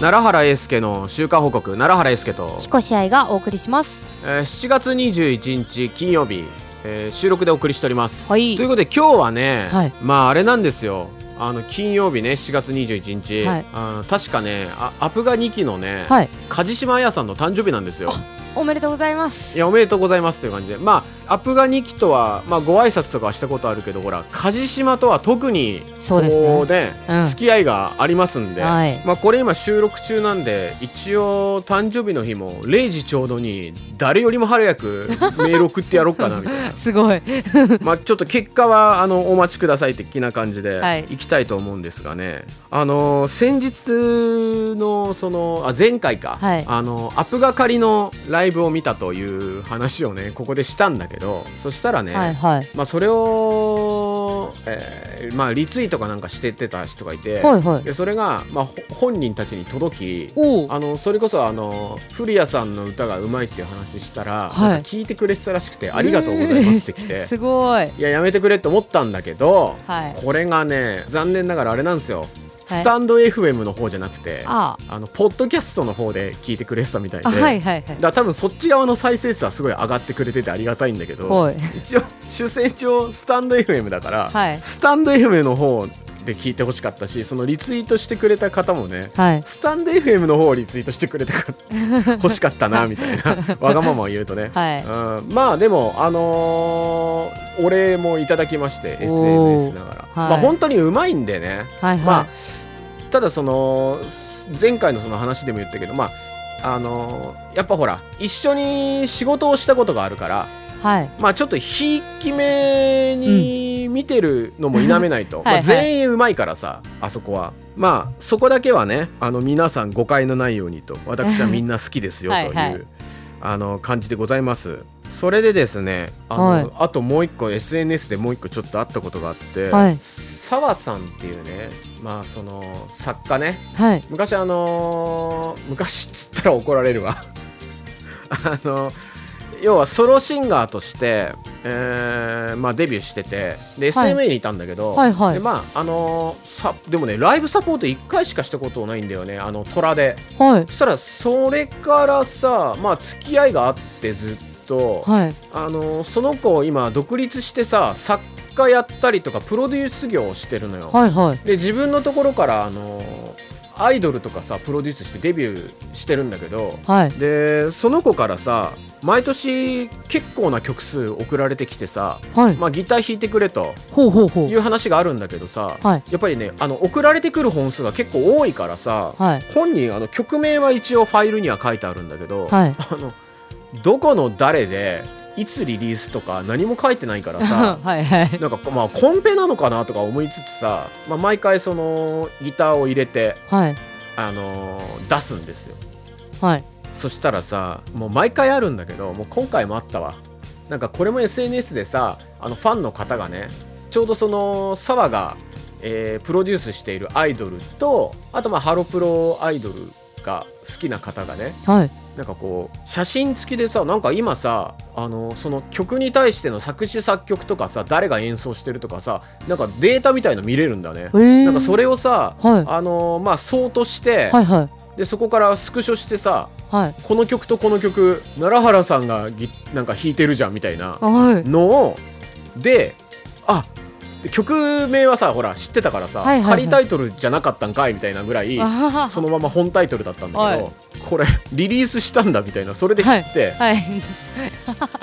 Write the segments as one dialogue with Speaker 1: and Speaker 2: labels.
Speaker 1: 奈良原英介の週間報告奈良原英介と、
Speaker 2: 彦試合がお送りします
Speaker 1: えー7月21日金曜日、えー収録でお送りしております、
Speaker 2: はい
Speaker 1: ということで今日はね、
Speaker 2: はい
Speaker 1: まああれなんですよあの金曜日ね7月21日、
Speaker 2: はい
Speaker 1: あの確かねあアプガ2期のね、
Speaker 2: はい
Speaker 1: 梶島彩さんの誕生日なんですよ
Speaker 2: おめでとうございます
Speaker 1: いやおめでとうございますという感じでまあアプガ2期とは、まあ、ご挨拶とかはしたことあるけどほら梶島とは特に
Speaker 2: そうですね
Speaker 1: こね
Speaker 2: うん
Speaker 1: 付き合いがありますんで、
Speaker 2: はい
Speaker 1: まあ、これ今収録中なんで一応誕生日の日も0時ちょうどに誰よりも早くメール送ってやろうかなみたいな
Speaker 2: すごい
Speaker 1: まあちょっと結果はあのお待ちください的な感じで
Speaker 2: はい
Speaker 1: 行きたいと思うんですがね、あの先日のそのあ前回か、
Speaker 2: はい
Speaker 1: あのアップがかりのライブを見たという話をねここでしたんだけどそしたらね、
Speaker 2: はいはい
Speaker 1: まあ、それを、えーまあ、リツイートかなんかしてってた人がいて、
Speaker 2: はいはい
Speaker 1: でそれが、まあ、ほ本人たちに届き
Speaker 2: おお
Speaker 1: あのそれこそあの古谷さんの歌がうまいっていう話したら、
Speaker 2: はい
Speaker 1: なんか聞いてくれてたらしくて「ありがとうございます」って来 て
Speaker 2: すごい
Speaker 1: いややめてくれって思ったんだけど、
Speaker 2: はい
Speaker 1: これがね残念ながらあれなんですよ、
Speaker 2: はい
Speaker 1: スタンド FM の方じゃなくて
Speaker 2: あ
Speaker 1: あのポッドキャストの方で聞いてくれてたみたいで。
Speaker 2: あはいはいは
Speaker 1: だ
Speaker 2: い
Speaker 1: から多分そっち側の再生数はすごい上がってくれててありがたいんだけど、
Speaker 2: はい
Speaker 1: 一応主戦場スタンド FM だから、
Speaker 2: はい
Speaker 1: スタンド FM の方で聞いてほしかったしそのリツイートしてくれた方もね
Speaker 2: はい
Speaker 1: スタンド FM の方をリツイートしてくれてか欲しかったなみたい なわがままを言うとね、
Speaker 2: はい
Speaker 1: うん、まあでもあのーお礼もいただきまして
Speaker 2: おー
Speaker 1: SNS ながら、
Speaker 2: はい
Speaker 1: まあ本当にうまいんでね
Speaker 2: はい
Speaker 1: まあ
Speaker 2: は
Speaker 1: ただその前回のその話でも言ったけどまああのーやっぱほら一緒に仕事をしたことがあるから
Speaker 2: いはい
Speaker 1: まあちょっとひいき目に見てるのも否めないと、
Speaker 2: はいはい
Speaker 1: まあ、全員うまいからさあそこはまあそこだけはねあの皆さん誤解のないようにと私はみんな好きですよと
Speaker 2: はいいうはい
Speaker 1: あの感じでございますそれでですねあの、
Speaker 2: はい
Speaker 1: あともう一個 SNS でもう一個ちょっとあったことがあって、
Speaker 2: はい
Speaker 1: 澤さんっていうねまあその作家ね
Speaker 2: はい
Speaker 1: 昔あのー昔っつったら怒られるわ あの要はソロシンガーとして、えーまあ、デビューしててで、
Speaker 2: はい
Speaker 1: SMA にいたんだけど、
Speaker 2: はいはい
Speaker 1: でまああのーさでもねライブサポート1回しかしたことないんだよねあの虎で
Speaker 2: はい
Speaker 1: そしたらそれからさまあ付き合いがあってずっと、
Speaker 2: はい
Speaker 1: あのーその子今独立してさ作家やったりとかプロデュース業をしてるのよ、
Speaker 2: はいはい
Speaker 1: で自分のところからあのアイドルとかさプロデュースしてデビューしてるんだけど
Speaker 2: はい
Speaker 1: でその子からさ毎年結構な曲数送られてきてさ、
Speaker 2: はい
Speaker 1: まあ、ギター弾いてくれと
Speaker 2: ほうほうほ
Speaker 1: いうう話があるんだけどさ、
Speaker 2: はい
Speaker 1: やっぱりねあの送られてくる本数が結構多いからさ、
Speaker 2: はい
Speaker 1: 本人あの曲名は一応ファイルには書いてあるんだけど、
Speaker 2: はい
Speaker 1: あのどこの誰でいつリリースとか何も書いてないから さ
Speaker 2: はいはい
Speaker 1: なんかこまあコンペなのかなとか思いつつさ、まあ、毎回そのギターを入れて、
Speaker 2: はい
Speaker 1: あのー出すんですよ
Speaker 2: はい
Speaker 1: そしたらさもう毎回あるんだけどもう今回もあったわなんかこれも SNS でさあのファンの方がねちょうどその澤が、えープロデュースしているアイドルとあとまあハロプロアイドルが好きな方がね
Speaker 2: はい
Speaker 1: なんかこう写真付きでさなんか今さあのその曲に対しての作詞作曲とかさ誰が演奏してるとかさなんかデータみたいの見れるんだね、
Speaker 2: えー
Speaker 1: なんかそれをさ、
Speaker 2: はい
Speaker 1: あのまあそうとして、
Speaker 2: はいはい
Speaker 1: でそこからスクショしてさ
Speaker 2: はい
Speaker 1: この曲とこの曲奈良原さんがギなんか弾いてるじゃんみたいな
Speaker 2: はい
Speaker 1: のをであで曲名はさほら知ってたからさ、
Speaker 2: はいはいはい
Speaker 1: 仮タイトルじゃなかったんかいみたいなぐらい
Speaker 2: あはは
Speaker 1: そのまま本タイトルだったんだけど、
Speaker 2: は
Speaker 1: これリリースしたんだみたいなそれで知って、
Speaker 2: はい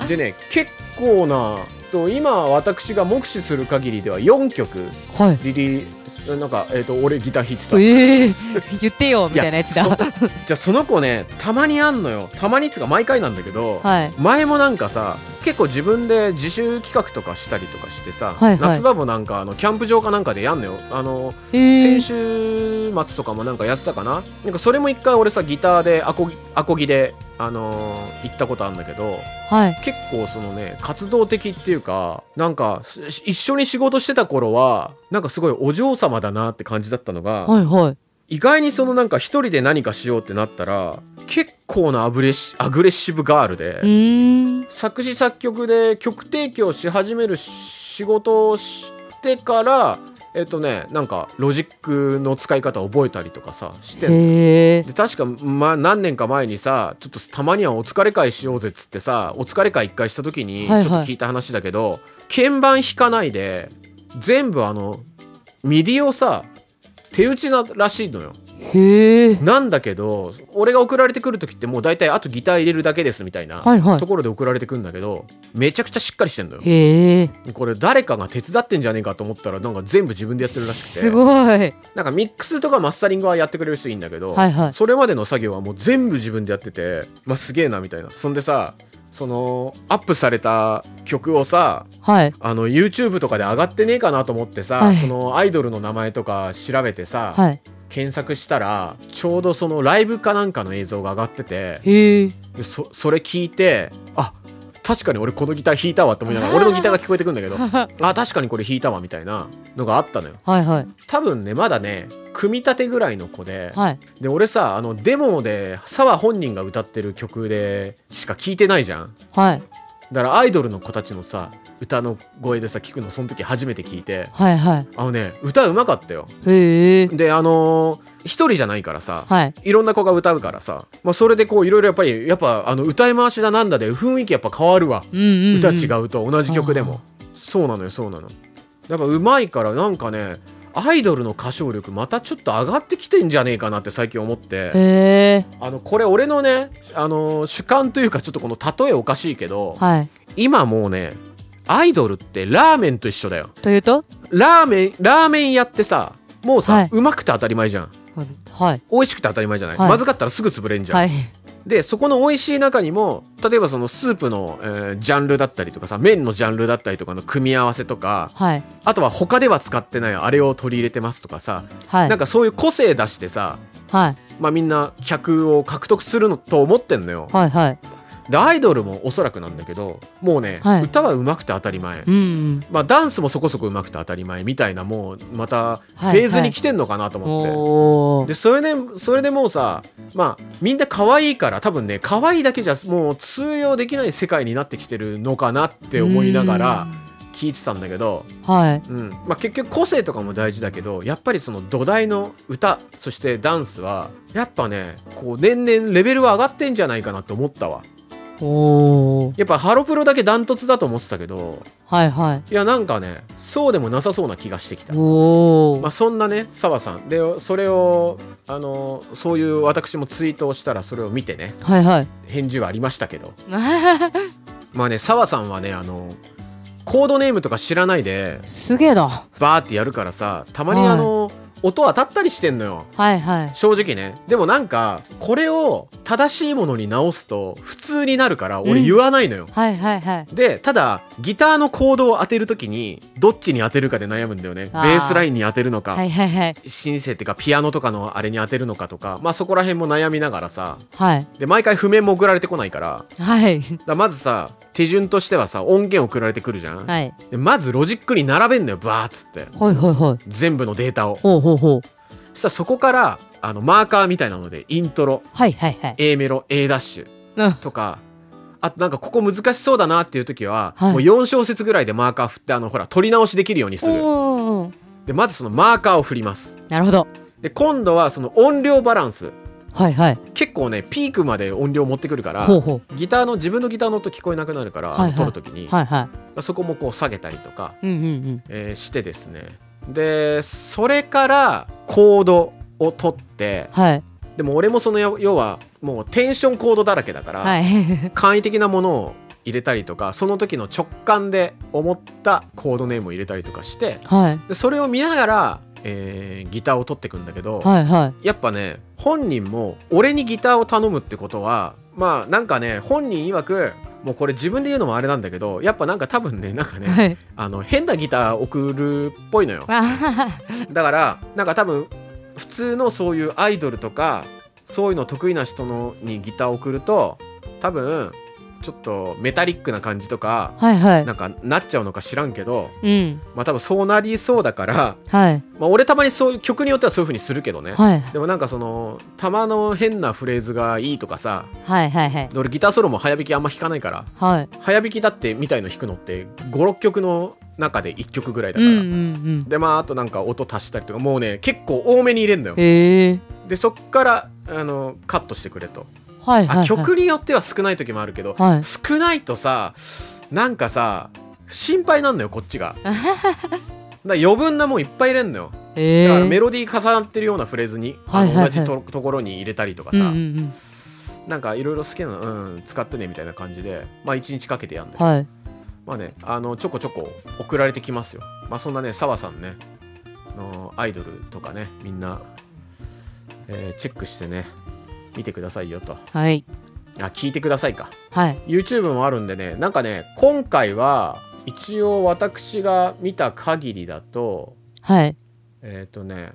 Speaker 1: でね結構なと今私が目視する限りでは4曲
Speaker 2: はい
Speaker 1: リリースなんか、えー、と俺ギター弾いてた。
Speaker 2: ええ言ってよみたいなやつだ
Speaker 1: いやそじゃあその子ねたまにあんのよたまにっつうか毎回なんだけど、
Speaker 2: はい
Speaker 1: 前もなんかさ結構自分で自主企画とかしたりとかしてさ、
Speaker 2: はいはい
Speaker 1: 夏場もなんかあのキャンプ場かなんかでやんのよあの、
Speaker 2: ええ
Speaker 1: 先週末とかもなんかやってたかななんかそれも一回俺さギターでアコギアコギで、あのー行ったことあるんだけど
Speaker 2: はい
Speaker 1: 結構そのね活動的っていうかなんかし一緒に仕事してた頃はなんかすごいお嬢様だなって感じだったのが、
Speaker 2: はいはい
Speaker 1: 意外にそのなんか一人で何かしようってなったら結構なアブレシアグレッシブガールで、
Speaker 2: うーん
Speaker 1: 作詞作曲で曲提供し始める仕事をしてからえっとねなんかロジックの使い方覚えたりとかさしてんの
Speaker 2: へえ
Speaker 1: で確か、まあ、何年か前にさちょっとたまにはお疲れ会しようぜっつってさお疲れ会一回した時にちょ
Speaker 2: は
Speaker 1: っ
Speaker 2: いはい
Speaker 1: と聞いた話だけど、鍵盤弾かないで全部あのミディをさ手打ちならしいのよ
Speaker 2: へえ
Speaker 1: なんだけど俺が送られてくる時ってもう大体あとギター入れるだけですみたいな
Speaker 2: はいはい
Speaker 1: ところで送られてくるんだけどめちゃくちゃしっかりしてんのよ
Speaker 2: へえ
Speaker 1: これ誰かが手伝ってんじゃねえかと思ったらなんか全部自分でやってるらしくて
Speaker 2: すごい
Speaker 1: なんかミックスとかマスタリングはやってくれる人いいんだけど、
Speaker 2: はいはい
Speaker 1: それまでの作業はもう全部自分でやってて、まあ、すげえなみたいなそんでさそのアップされた曲をさ
Speaker 2: はい
Speaker 1: あの YouTube とかで上がってねえかなと思ってさ、
Speaker 2: はい
Speaker 1: そのアイドルの名前とか調べてさ、
Speaker 2: はい
Speaker 1: 検索したらちょうどそのライブかなんかの映像が上がってて
Speaker 2: へえ
Speaker 1: でそそれ聞いてあ確かに俺このギター弾いたわって思いながら俺のギターが聞こえてくんだけどあ確かにこれ弾いたわみたいなのがあったのよ
Speaker 2: はいはい
Speaker 1: 多分ねまだね組み立てぐらいの子で、
Speaker 2: はい
Speaker 1: で俺さあのデモで澤本人が歌ってる曲でしか聞いてないじゃん
Speaker 2: はい
Speaker 1: だからアイドルの子たちのさ歌の声でさ聞くのその時初めて聞いて
Speaker 2: はいは
Speaker 1: あのね歌うまかったよ
Speaker 2: いへえ
Speaker 1: であのー一人じゃないからさ、
Speaker 2: はい
Speaker 1: いろんな子が歌うからさ、まあ、それでこういろいろやっぱりやっぱあの歌い回しだなんだで雰囲気やっぱ変わるわ、
Speaker 2: うんうん、うん、
Speaker 1: 歌違うと同じ曲でもそうなのよそうなのやっぱうまいからなんかねアイドルの歌唱力またちょっと上がってきてんじゃねえかなって最近思って
Speaker 2: へえ
Speaker 1: あのこれ俺のねあの主観というかちょっとこの例えおかしいけど
Speaker 2: はい
Speaker 1: 今もうねアイドルってラーメンと一緒だよ
Speaker 2: というと
Speaker 1: ラーメンラーメン屋ってさもうさ、
Speaker 2: はいう
Speaker 1: まくて当たり前じゃん
Speaker 2: はい
Speaker 1: 美味しくて当たり前じゃない、
Speaker 2: はい
Speaker 1: まずかったらすぐ潰れんじゃん、
Speaker 2: はい
Speaker 1: でそこの美味しい中にも例えばそのスープの、えージャンルだったりとかさ麺のジャンルだったりとかの組み合わせとか
Speaker 2: はい
Speaker 1: あとは他では使ってないあれを取り入れてますとかさ、
Speaker 2: はい
Speaker 1: なんかそういう個性出してさ
Speaker 2: はい
Speaker 1: まあみんな客を獲得するのと思ってんのよ
Speaker 2: はいはい
Speaker 1: でアイドルもおそらくなんだけどもうね、
Speaker 2: はい
Speaker 1: 歌は上手くて当たり前、
Speaker 2: うんうん
Speaker 1: まあダンスもそこそこ上手くて当たり前みたいなもうまたフ
Speaker 2: はい
Speaker 1: ェーズに来てんのかなと思って、
Speaker 2: おー
Speaker 1: でそれでそれでもうさまあみんな可愛いから多分ね可愛いだけじゃもう通用できない世界になってきてるのかなって思いながら聞いてたんだけど、
Speaker 2: はい
Speaker 1: うんまあ、結局個性とかも大事だけどやっぱりその土台の歌そしてダンスはやっぱねこう年々レベルは上がってんじゃないかなって思ったわ
Speaker 2: おー
Speaker 1: やっぱハロプロだけダントツだと思ってたけど
Speaker 2: はいはい
Speaker 1: やなんかねそうでもなさそうな気がしてきた
Speaker 2: いおお
Speaker 1: まあ、そんなね澤さんでそれをあのそういう私もツイートをしたらそれを見てね
Speaker 2: はいはい
Speaker 1: 返事はありましたけど
Speaker 2: な
Speaker 1: まあね澤さんはねあのコードネームとか知らないです
Speaker 2: げえなは
Speaker 1: バーってやるからさたまに
Speaker 2: はい
Speaker 1: あの、音当たったりしてんのよ
Speaker 2: いはい
Speaker 1: 正直ねでもなんかこれを正しいものに直すと普通になるから俺
Speaker 2: うん
Speaker 1: 言わないのよ、
Speaker 2: はいはいはい
Speaker 1: でただギターのコードを当てる時にどっちに当てるかで悩むんだよねベ
Speaker 2: あー
Speaker 1: ースラインに当てるのか、
Speaker 2: はいはいはい
Speaker 1: シンセっていうかピアノとかのあれに当てるのかとかまあそこら辺も悩みながらさ
Speaker 2: はい
Speaker 1: で毎回譜面も送られてこないからだか
Speaker 2: はい
Speaker 1: らまずさ手順としてはさ音源送られてくるじゃん、
Speaker 2: はい
Speaker 1: でまずロジックに並べんのよバーっつって
Speaker 2: ほいほいほい
Speaker 1: 全部のデータを
Speaker 2: ほうほうほう
Speaker 1: そしたらそこからあのマーカーみたいなのでイントロ
Speaker 2: はいはいはい
Speaker 1: A メロ A ダッシュ
Speaker 2: うん
Speaker 1: とかあとなんかここ難しそうだなっていう時は、
Speaker 2: はい
Speaker 1: もう4小節ぐらいでマーカー振ってあのほら取り直しできるようにす
Speaker 2: お
Speaker 1: る
Speaker 2: おお
Speaker 1: でまずそのマーカーを振ります
Speaker 2: なるほど
Speaker 1: で今度はその音量バランス
Speaker 2: はいはい
Speaker 1: 結構ねピークまで音量持ってくるから
Speaker 2: ほうほ
Speaker 1: ギターの自分のギターの音聞こえなくなるから、
Speaker 2: はいはい
Speaker 1: 撮る時に、
Speaker 2: うはいは
Speaker 1: そこもこう下げたりとか、
Speaker 2: いうんうんうん
Speaker 1: えーしてですねでそれからコードを取って
Speaker 2: はい
Speaker 1: でも俺もその要要はもうテンションコードだらけだから、
Speaker 2: はい
Speaker 1: 簡易的なものを入れたりとかその時の直感で思ったコードネームを入れたりとかして
Speaker 2: はい
Speaker 1: でそれを見ながら、えーギターを取ってくんだけど、
Speaker 2: はいはい
Speaker 1: やっぱね本人も俺にギターを頼むってことはまあなんかね本人曰くもうこれ自分で言うのもあれなんだけどやっぱなんか多分ねなんかね、
Speaker 2: はい
Speaker 1: あの変なギター送るっぽいのよ
Speaker 2: あはは
Speaker 1: だからなんか多分普通のそういうアイドルとかそういうの得意な人のにギター送ると多分ちょっとメタリックな感じとか、
Speaker 2: はいはい
Speaker 1: なんかなっちゃうのか知らんけど
Speaker 2: うん
Speaker 1: まあ多分そうなりそうだから、
Speaker 2: はい
Speaker 1: まあ、俺たまにそういう曲によってはそういう風にするけどね、
Speaker 2: はい
Speaker 1: でもなんかそのたまの変なフレーズがいいとかさ
Speaker 2: はいはいはい
Speaker 1: で俺ギターソロも早弾きあんま弾かないから
Speaker 2: はい
Speaker 1: 早弾きだってみたいの弾くのって56曲の中で1曲ぐらいだ
Speaker 2: うん
Speaker 1: から、
Speaker 2: うん
Speaker 1: でまああとなんか音足したりとかもうね結構多めに入れんだよ
Speaker 2: うんへえ
Speaker 1: でそっからあのカットしてくれと、
Speaker 2: はいはいは
Speaker 1: あ
Speaker 2: い
Speaker 1: 曲によっては少ない時もあるけど、
Speaker 2: はい
Speaker 1: 少ないとさなんかさ心配なんのよこっち がだから余分なもんいっぱい入れんのよ
Speaker 2: へ
Speaker 1: だ
Speaker 2: え
Speaker 1: からメロディー重なってるようなフレーズに、あの
Speaker 2: はいはいはい
Speaker 1: 同じとところに入れたりとか
Speaker 2: う
Speaker 1: さ、
Speaker 2: んうんうん
Speaker 1: なんかいろいろ好きなの、うん、使ってねみたいな感じでまあ1日かけてやんで、
Speaker 2: はい
Speaker 1: まあねあのちょこちょこ送られてきますよまあそんなね澤さんねあのアイドルとかねみんな、えーチェックしてね見てくださいよと
Speaker 2: はい
Speaker 1: あ聞いてくださいか
Speaker 2: はい
Speaker 1: YouTube もあるんでねなんかね今回は一応私が見た限りだと
Speaker 2: はい
Speaker 1: えっ、ー、とね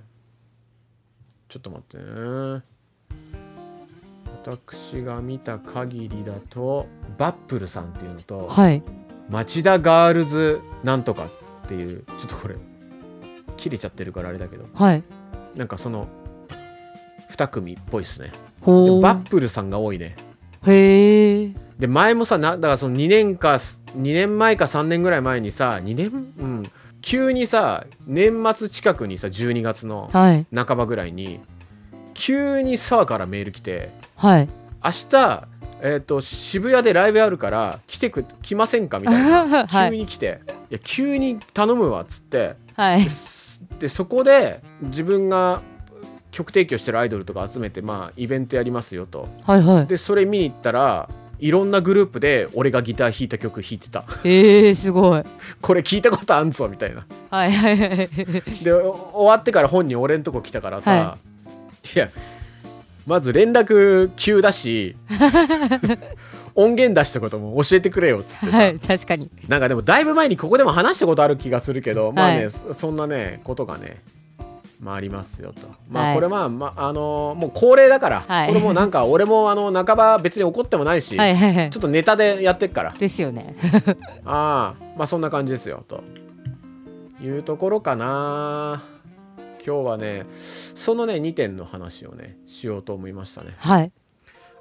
Speaker 1: ちょっと待ってね私が見た限りだとバップルさんっていうのと
Speaker 2: はい
Speaker 1: 町田ガールズなんとかっていうちょっとこれ切れちゃってるからあれだけど
Speaker 2: はい
Speaker 1: なんかその2組っぽいっすねで
Speaker 2: ほ
Speaker 1: も
Speaker 2: う
Speaker 1: バップルさんが多いね
Speaker 2: へえ
Speaker 1: で前もさなだからその2年か2年前か3年ぐらい前にさ2年うん急にさ年末近くにさ12月の
Speaker 2: はい
Speaker 1: 半ばぐらいに急に沢からメール来て
Speaker 2: はい
Speaker 1: 明日えー、と渋谷でライブやるから来てく来ませんかみたいな
Speaker 2: はい
Speaker 1: 急に来て、い、や急に頼むわっつって
Speaker 2: はい
Speaker 1: でそこで自分が曲提供してるアイドルとか集めてまあイベントやりますよと
Speaker 2: はいは
Speaker 1: でそれ見に行ったらいろんなグループで俺がギター弾いた曲弾いてた
Speaker 2: いへえすごい
Speaker 1: これ聞いたことあんぞみたいな
Speaker 2: はいはいはい
Speaker 1: でお終わってから本人俺んとこ来たからさ、、
Speaker 2: はい
Speaker 1: やまず連絡急だ し音源出したことも教えてくれよっつってさ、
Speaker 2: はい確かに
Speaker 1: なんかでもだいぶ前にここでも話したことある気がするけど、まあ
Speaker 2: は
Speaker 1: ね
Speaker 2: い
Speaker 1: そそんなねことがねまあありますよとま
Speaker 2: は
Speaker 1: あ
Speaker 2: い
Speaker 1: これまあ、まああのーもう恒例だから、
Speaker 2: はい
Speaker 1: これもうなんか俺もあの半ば別に怒ってもないし、
Speaker 2: はいはいはい
Speaker 1: ちょっとネタでやってっから
Speaker 2: ですよね
Speaker 1: ああまあそんな感じですよというところかな今日はねそのね2点の話をねしようと思いましたね
Speaker 2: はい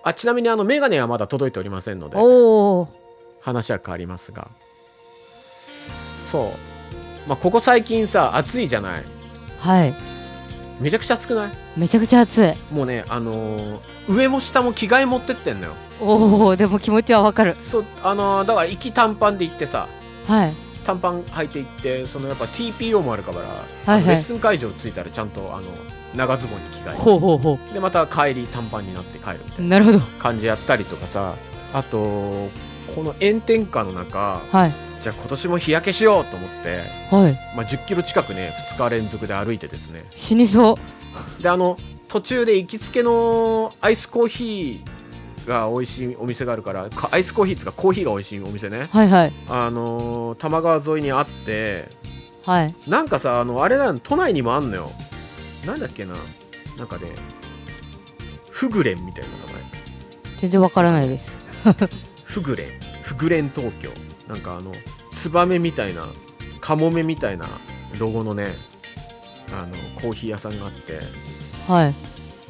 Speaker 1: あちなみにあのメガネはまだ届いておりませんので
Speaker 2: おお
Speaker 1: 話は変わりますがそうまあここ最近さ暑いじゃない
Speaker 2: はい
Speaker 1: めちゃくちゃ暑くない
Speaker 2: めちゃくちゃ暑い
Speaker 1: もうねあのー上も下も着替え持ってってんのよ
Speaker 2: おおでも気持ちはわかる
Speaker 1: そうあのーだから息短パンで行ってさ
Speaker 2: はい
Speaker 1: 短パン履いていってそのやっぱ TPO もあるから、
Speaker 2: はい
Speaker 1: あのレッスン会場着いたらちゃんとあの長ズボンに着替え
Speaker 2: ほうほうほ
Speaker 1: てでまた帰り短パンになって帰るみた
Speaker 2: う
Speaker 1: いな
Speaker 2: なるほど
Speaker 1: 感じやったりとかさあとこの炎天下の中
Speaker 2: はい
Speaker 1: じゃあ今年も日焼けしようと思って、
Speaker 2: はい
Speaker 1: まあ、1 0キロ近くね2日連続で歩いてですね
Speaker 2: 死にそう
Speaker 1: であの途中で行きつけのアイスコーヒーが美味しいお店があるからかアイスコーヒーっつうかコーヒーが美味しいお店ね
Speaker 2: はいはい
Speaker 1: あのー多摩川沿いにあって
Speaker 2: はい
Speaker 1: なんかさあのあれなの都内にもあんのよなんだっけななんかねフグレンみたいな名前
Speaker 2: 全然わからないです
Speaker 1: フグレンフグレン東京なんかあのツバメみたいなカモメみたいなロゴのねあのコーヒー屋さんがあって
Speaker 2: はい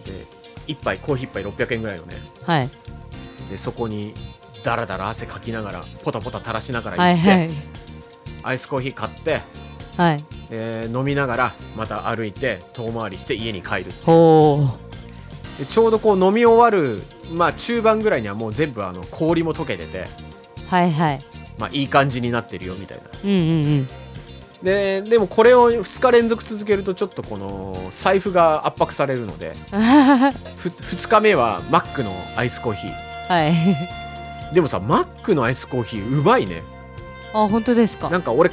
Speaker 1: で一杯コーヒー一杯600円ぐらいのね
Speaker 2: はい
Speaker 1: でそこにダラダラ汗かきながらポタポタ垂らしながら
Speaker 2: は
Speaker 1: 行
Speaker 2: い
Speaker 1: って、
Speaker 2: はい
Speaker 1: アイスコーヒー買って、
Speaker 2: はい
Speaker 1: えー飲みながらまた歩いて遠回りして家に帰る
Speaker 2: ほ
Speaker 1: でちょうどこう飲み終わる、まあ、中盤ぐらいにはもう全部あの氷も溶けてて、
Speaker 2: うはいはい
Speaker 1: まあ、いい感じになってるよみたいな
Speaker 2: うんうんうん
Speaker 1: ででもこれを2日連続続けるとちょっとこの財布が圧迫されるのでふ2日目はマックのアイスコーヒー
Speaker 2: はい
Speaker 1: でもさマックのアイスコーヒーうまいね
Speaker 2: あ本当ですか
Speaker 1: なんか俺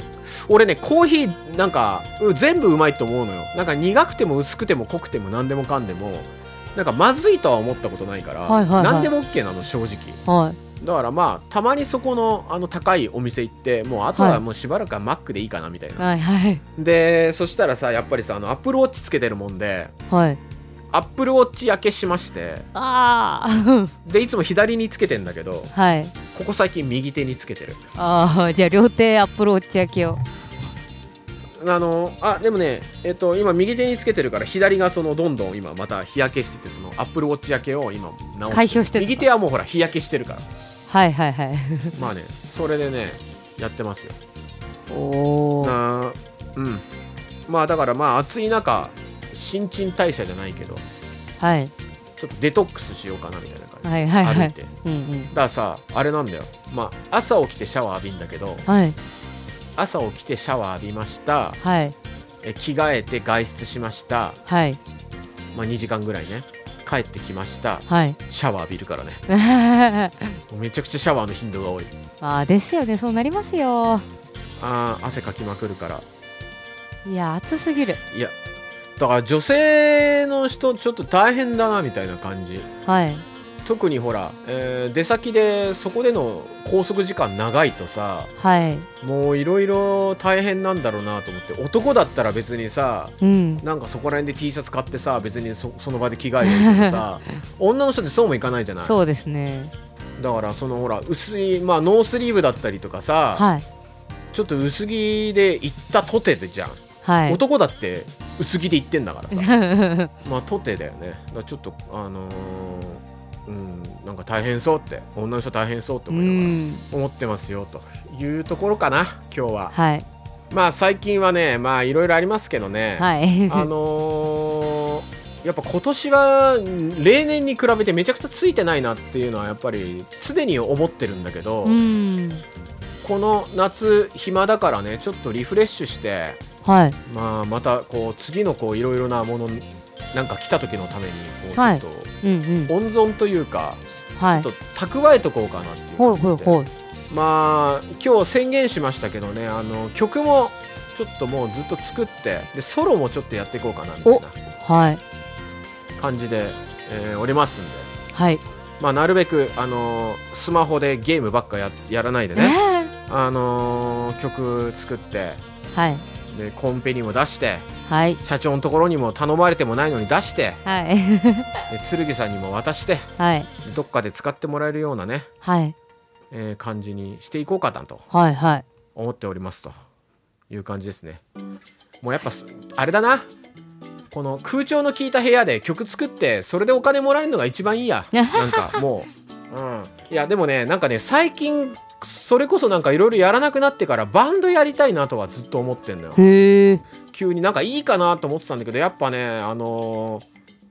Speaker 1: 俺ねコーヒーなんかうん全部うまいと思うのよなんか苦くても薄くても濃くても何でもかんでもなんかまずいとは思ったことないから、
Speaker 2: はいはいはい
Speaker 1: 何でも OK なの正直
Speaker 2: は
Speaker 1: だからまあたまにそこのあの高いお店行ってもうあと
Speaker 2: は
Speaker 1: はいもうしばらくはマックでいいかなみたい
Speaker 2: い
Speaker 1: な、
Speaker 2: はいはい
Speaker 1: でそしたらさやっぱりさあのアップルウォッチつけてるもんで
Speaker 2: はい
Speaker 1: アップルウォッチ焼けしまして
Speaker 2: ああ
Speaker 1: でいつも左につけてんだけど
Speaker 2: はい
Speaker 1: ここ最近右手につけてる
Speaker 2: ああじゃあ両手アップルウォッチ焼きを
Speaker 1: あのあでもねえっと今右手につけてるから左がそのどんどん今また日焼けしててそのアップルウォッチ焼けを今直
Speaker 2: 解消してるのか
Speaker 1: 右手はもうほら日焼けしてるから
Speaker 2: はいはいはい
Speaker 1: まあねそれでねやってますよ
Speaker 2: おお
Speaker 1: なうんまあだからまあ暑い中新陳代謝じゃないけど
Speaker 2: はい
Speaker 1: ちょっとデトックスしようかなみたいな感じ、
Speaker 2: はいはいは
Speaker 1: 歩い
Speaker 2: い
Speaker 1: てだか
Speaker 2: うんうん
Speaker 1: らさあれなんだよまあ朝起きてシャワー浴びんだけど
Speaker 2: はい
Speaker 1: 朝起きてシャワー浴びました
Speaker 2: はい
Speaker 1: え着替えて外出しました
Speaker 2: はい
Speaker 1: まあ2時間ぐらいね帰ってきました
Speaker 2: はい
Speaker 1: シャワー浴びるからねもうめちゃくちゃシャワーの頻度が多い
Speaker 2: ああですよねそうなりますよ
Speaker 1: あー汗かきまくるから
Speaker 2: いや暑すぎる
Speaker 1: いやだから女性の人ちょっと大変だなみたいな感じ
Speaker 2: はい
Speaker 1: 特にほら、えー出先でそこでの拘束時間長いとさ
Speaker 2: はい
Speaker 1: もういろいろ大変なんだろうなと思って男だったら別にさ
Speaker 2: うん
Speaker 1: なんかそこら辺で T シャツ買ってさ別にそその場で着替えてるけど さ女の人ってそうもいかないじゃない
Speaker 2: そうですね
Speaker 1: だからそのほら薄い、まあ、ノースリーブだったりとかさ、
Speaker 2: はい
Speaker 1: ちょっと薄着で行ったとてでじゃん、
Speaker 2: はい
Speaker 1: 男だって薄着で行ってんだからさ まあとてだよねだからちょっとあのーうんなんか大変そうって女の人大変そうって
Speaker 2: う
Speaker 1: 思いながら
Speaker 2: ん
Speaker 1: 思ってますよというところかな今日は
Speaker 2: はい
Speaker 1: まあ最近はねまあいろいろありますけどね、
Speaker 2: はい
Speaker 1: あのーやっぱ今年は例年に比べてめちゃくちゃついてないなっていうのはやっぱり常に思ってるんだけど、
Speaker 2: うん
Speaker 1: この夏暇だからねちょっとリフレッシュして、
Speaker 2: はい
Speaker 1: まあ、またこう次のこういろいろなものなんか来た時のためにこうちょ
Speaker 2: は
Speaker 1: っ
Speaker 2: い
Speaker 1: と
Speaker 2: うんうん
Speaker 1: 温存というか、
Speaker 2: はい
Speaker 1: ちょっと蓄えとこうかなっていう
Speaker 2: ほい
Speaker 1: 感
Speaker 2: ほい
Speaker 1: じで
Speaker 2: ほい
Speaker 1: まあ今日宣言しましたけどねあの曲もちょっともうずっと作ってでソロもちょっとやっていこうかなみたいな
Speaker 2: はい
Speaker 1: 感じで、えーおりますんで、
Speaker 2: はい
Speaker 1: まあ、なるべく、あのースマホでゲームばっかややらないでね、あのー曲作って
Speaker 2: はい
Speaker 1: でコンペにも出して
Speaker 2: はい
Speaker 1: 社長のところにも頼まれてもないのに出して
Speaker 2: はい
Speaker 1: で剣さんにも渡して
Speaker 2: はい
Speaker 1: でどっかで使ってもらえるようなね、
Speaker 2: はい
Speaker 1: えー感じにしていこうかなと
Speaker 2: はいはい
Speaker 1: 思っておりますという感じですねもうやっぱすあれだなこの空調の効いた部屋で曲作ってそれでお金もらえるのが一番いいやなんかもううんいやでもねなんかね最近それこそなんかいろいろやらなくなってからバンドやりたいなとはずっと思ってんのよ
Speaker 2: へえ
Speaker 1: 急になんかいいかなと思ってたんだけどやっぱねあの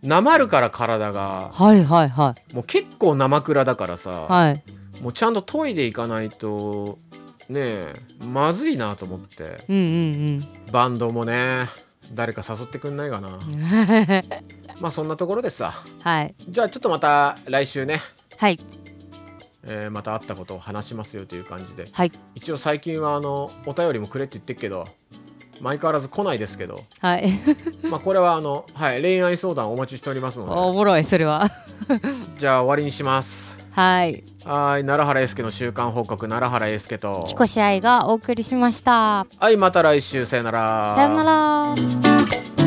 Speaker 1: ーなまるから体が
Speaker 2: はいはいはい
Speaker 1: もう結構生蔵だからさ、
Speaker 2: はい
Speaker 1: もうちゃんと研いでいかないとねえまずいなと思って
Speaker 2: うんうん
Speaker 1: バンドもね誰か誘ってくんないか な
Speaker 2: うんは
Speaker 1: まあそんなところでさ
Speaker 2: い
Speaker 1: じゃあちょっとまた来週ね、
Speaker 2: はい
Speaker 1: えーまた会ったことを話しますよという感じで
Speaker 2: はい
Speaker 1: 一応最近はあのお便りもくれって言ってるけど相変わらず来ないですけど
Speaker 2: はい
Speaker 1: まあこれはあの、はい、恋愛相談お待ちしております
Speaker 2: お
Speaker 1: の
Speaker 2: もろいそれは
Speaker 1: でじゃあ終わりにします
Speaker 2: はい
Speaker 1: はーい奈良原英介の週刊報告奈良原英介と
Speaker 2: キコシアイがお送りしました
Speaker 1: はいまた来週さよなら
Speaker 2: さよなら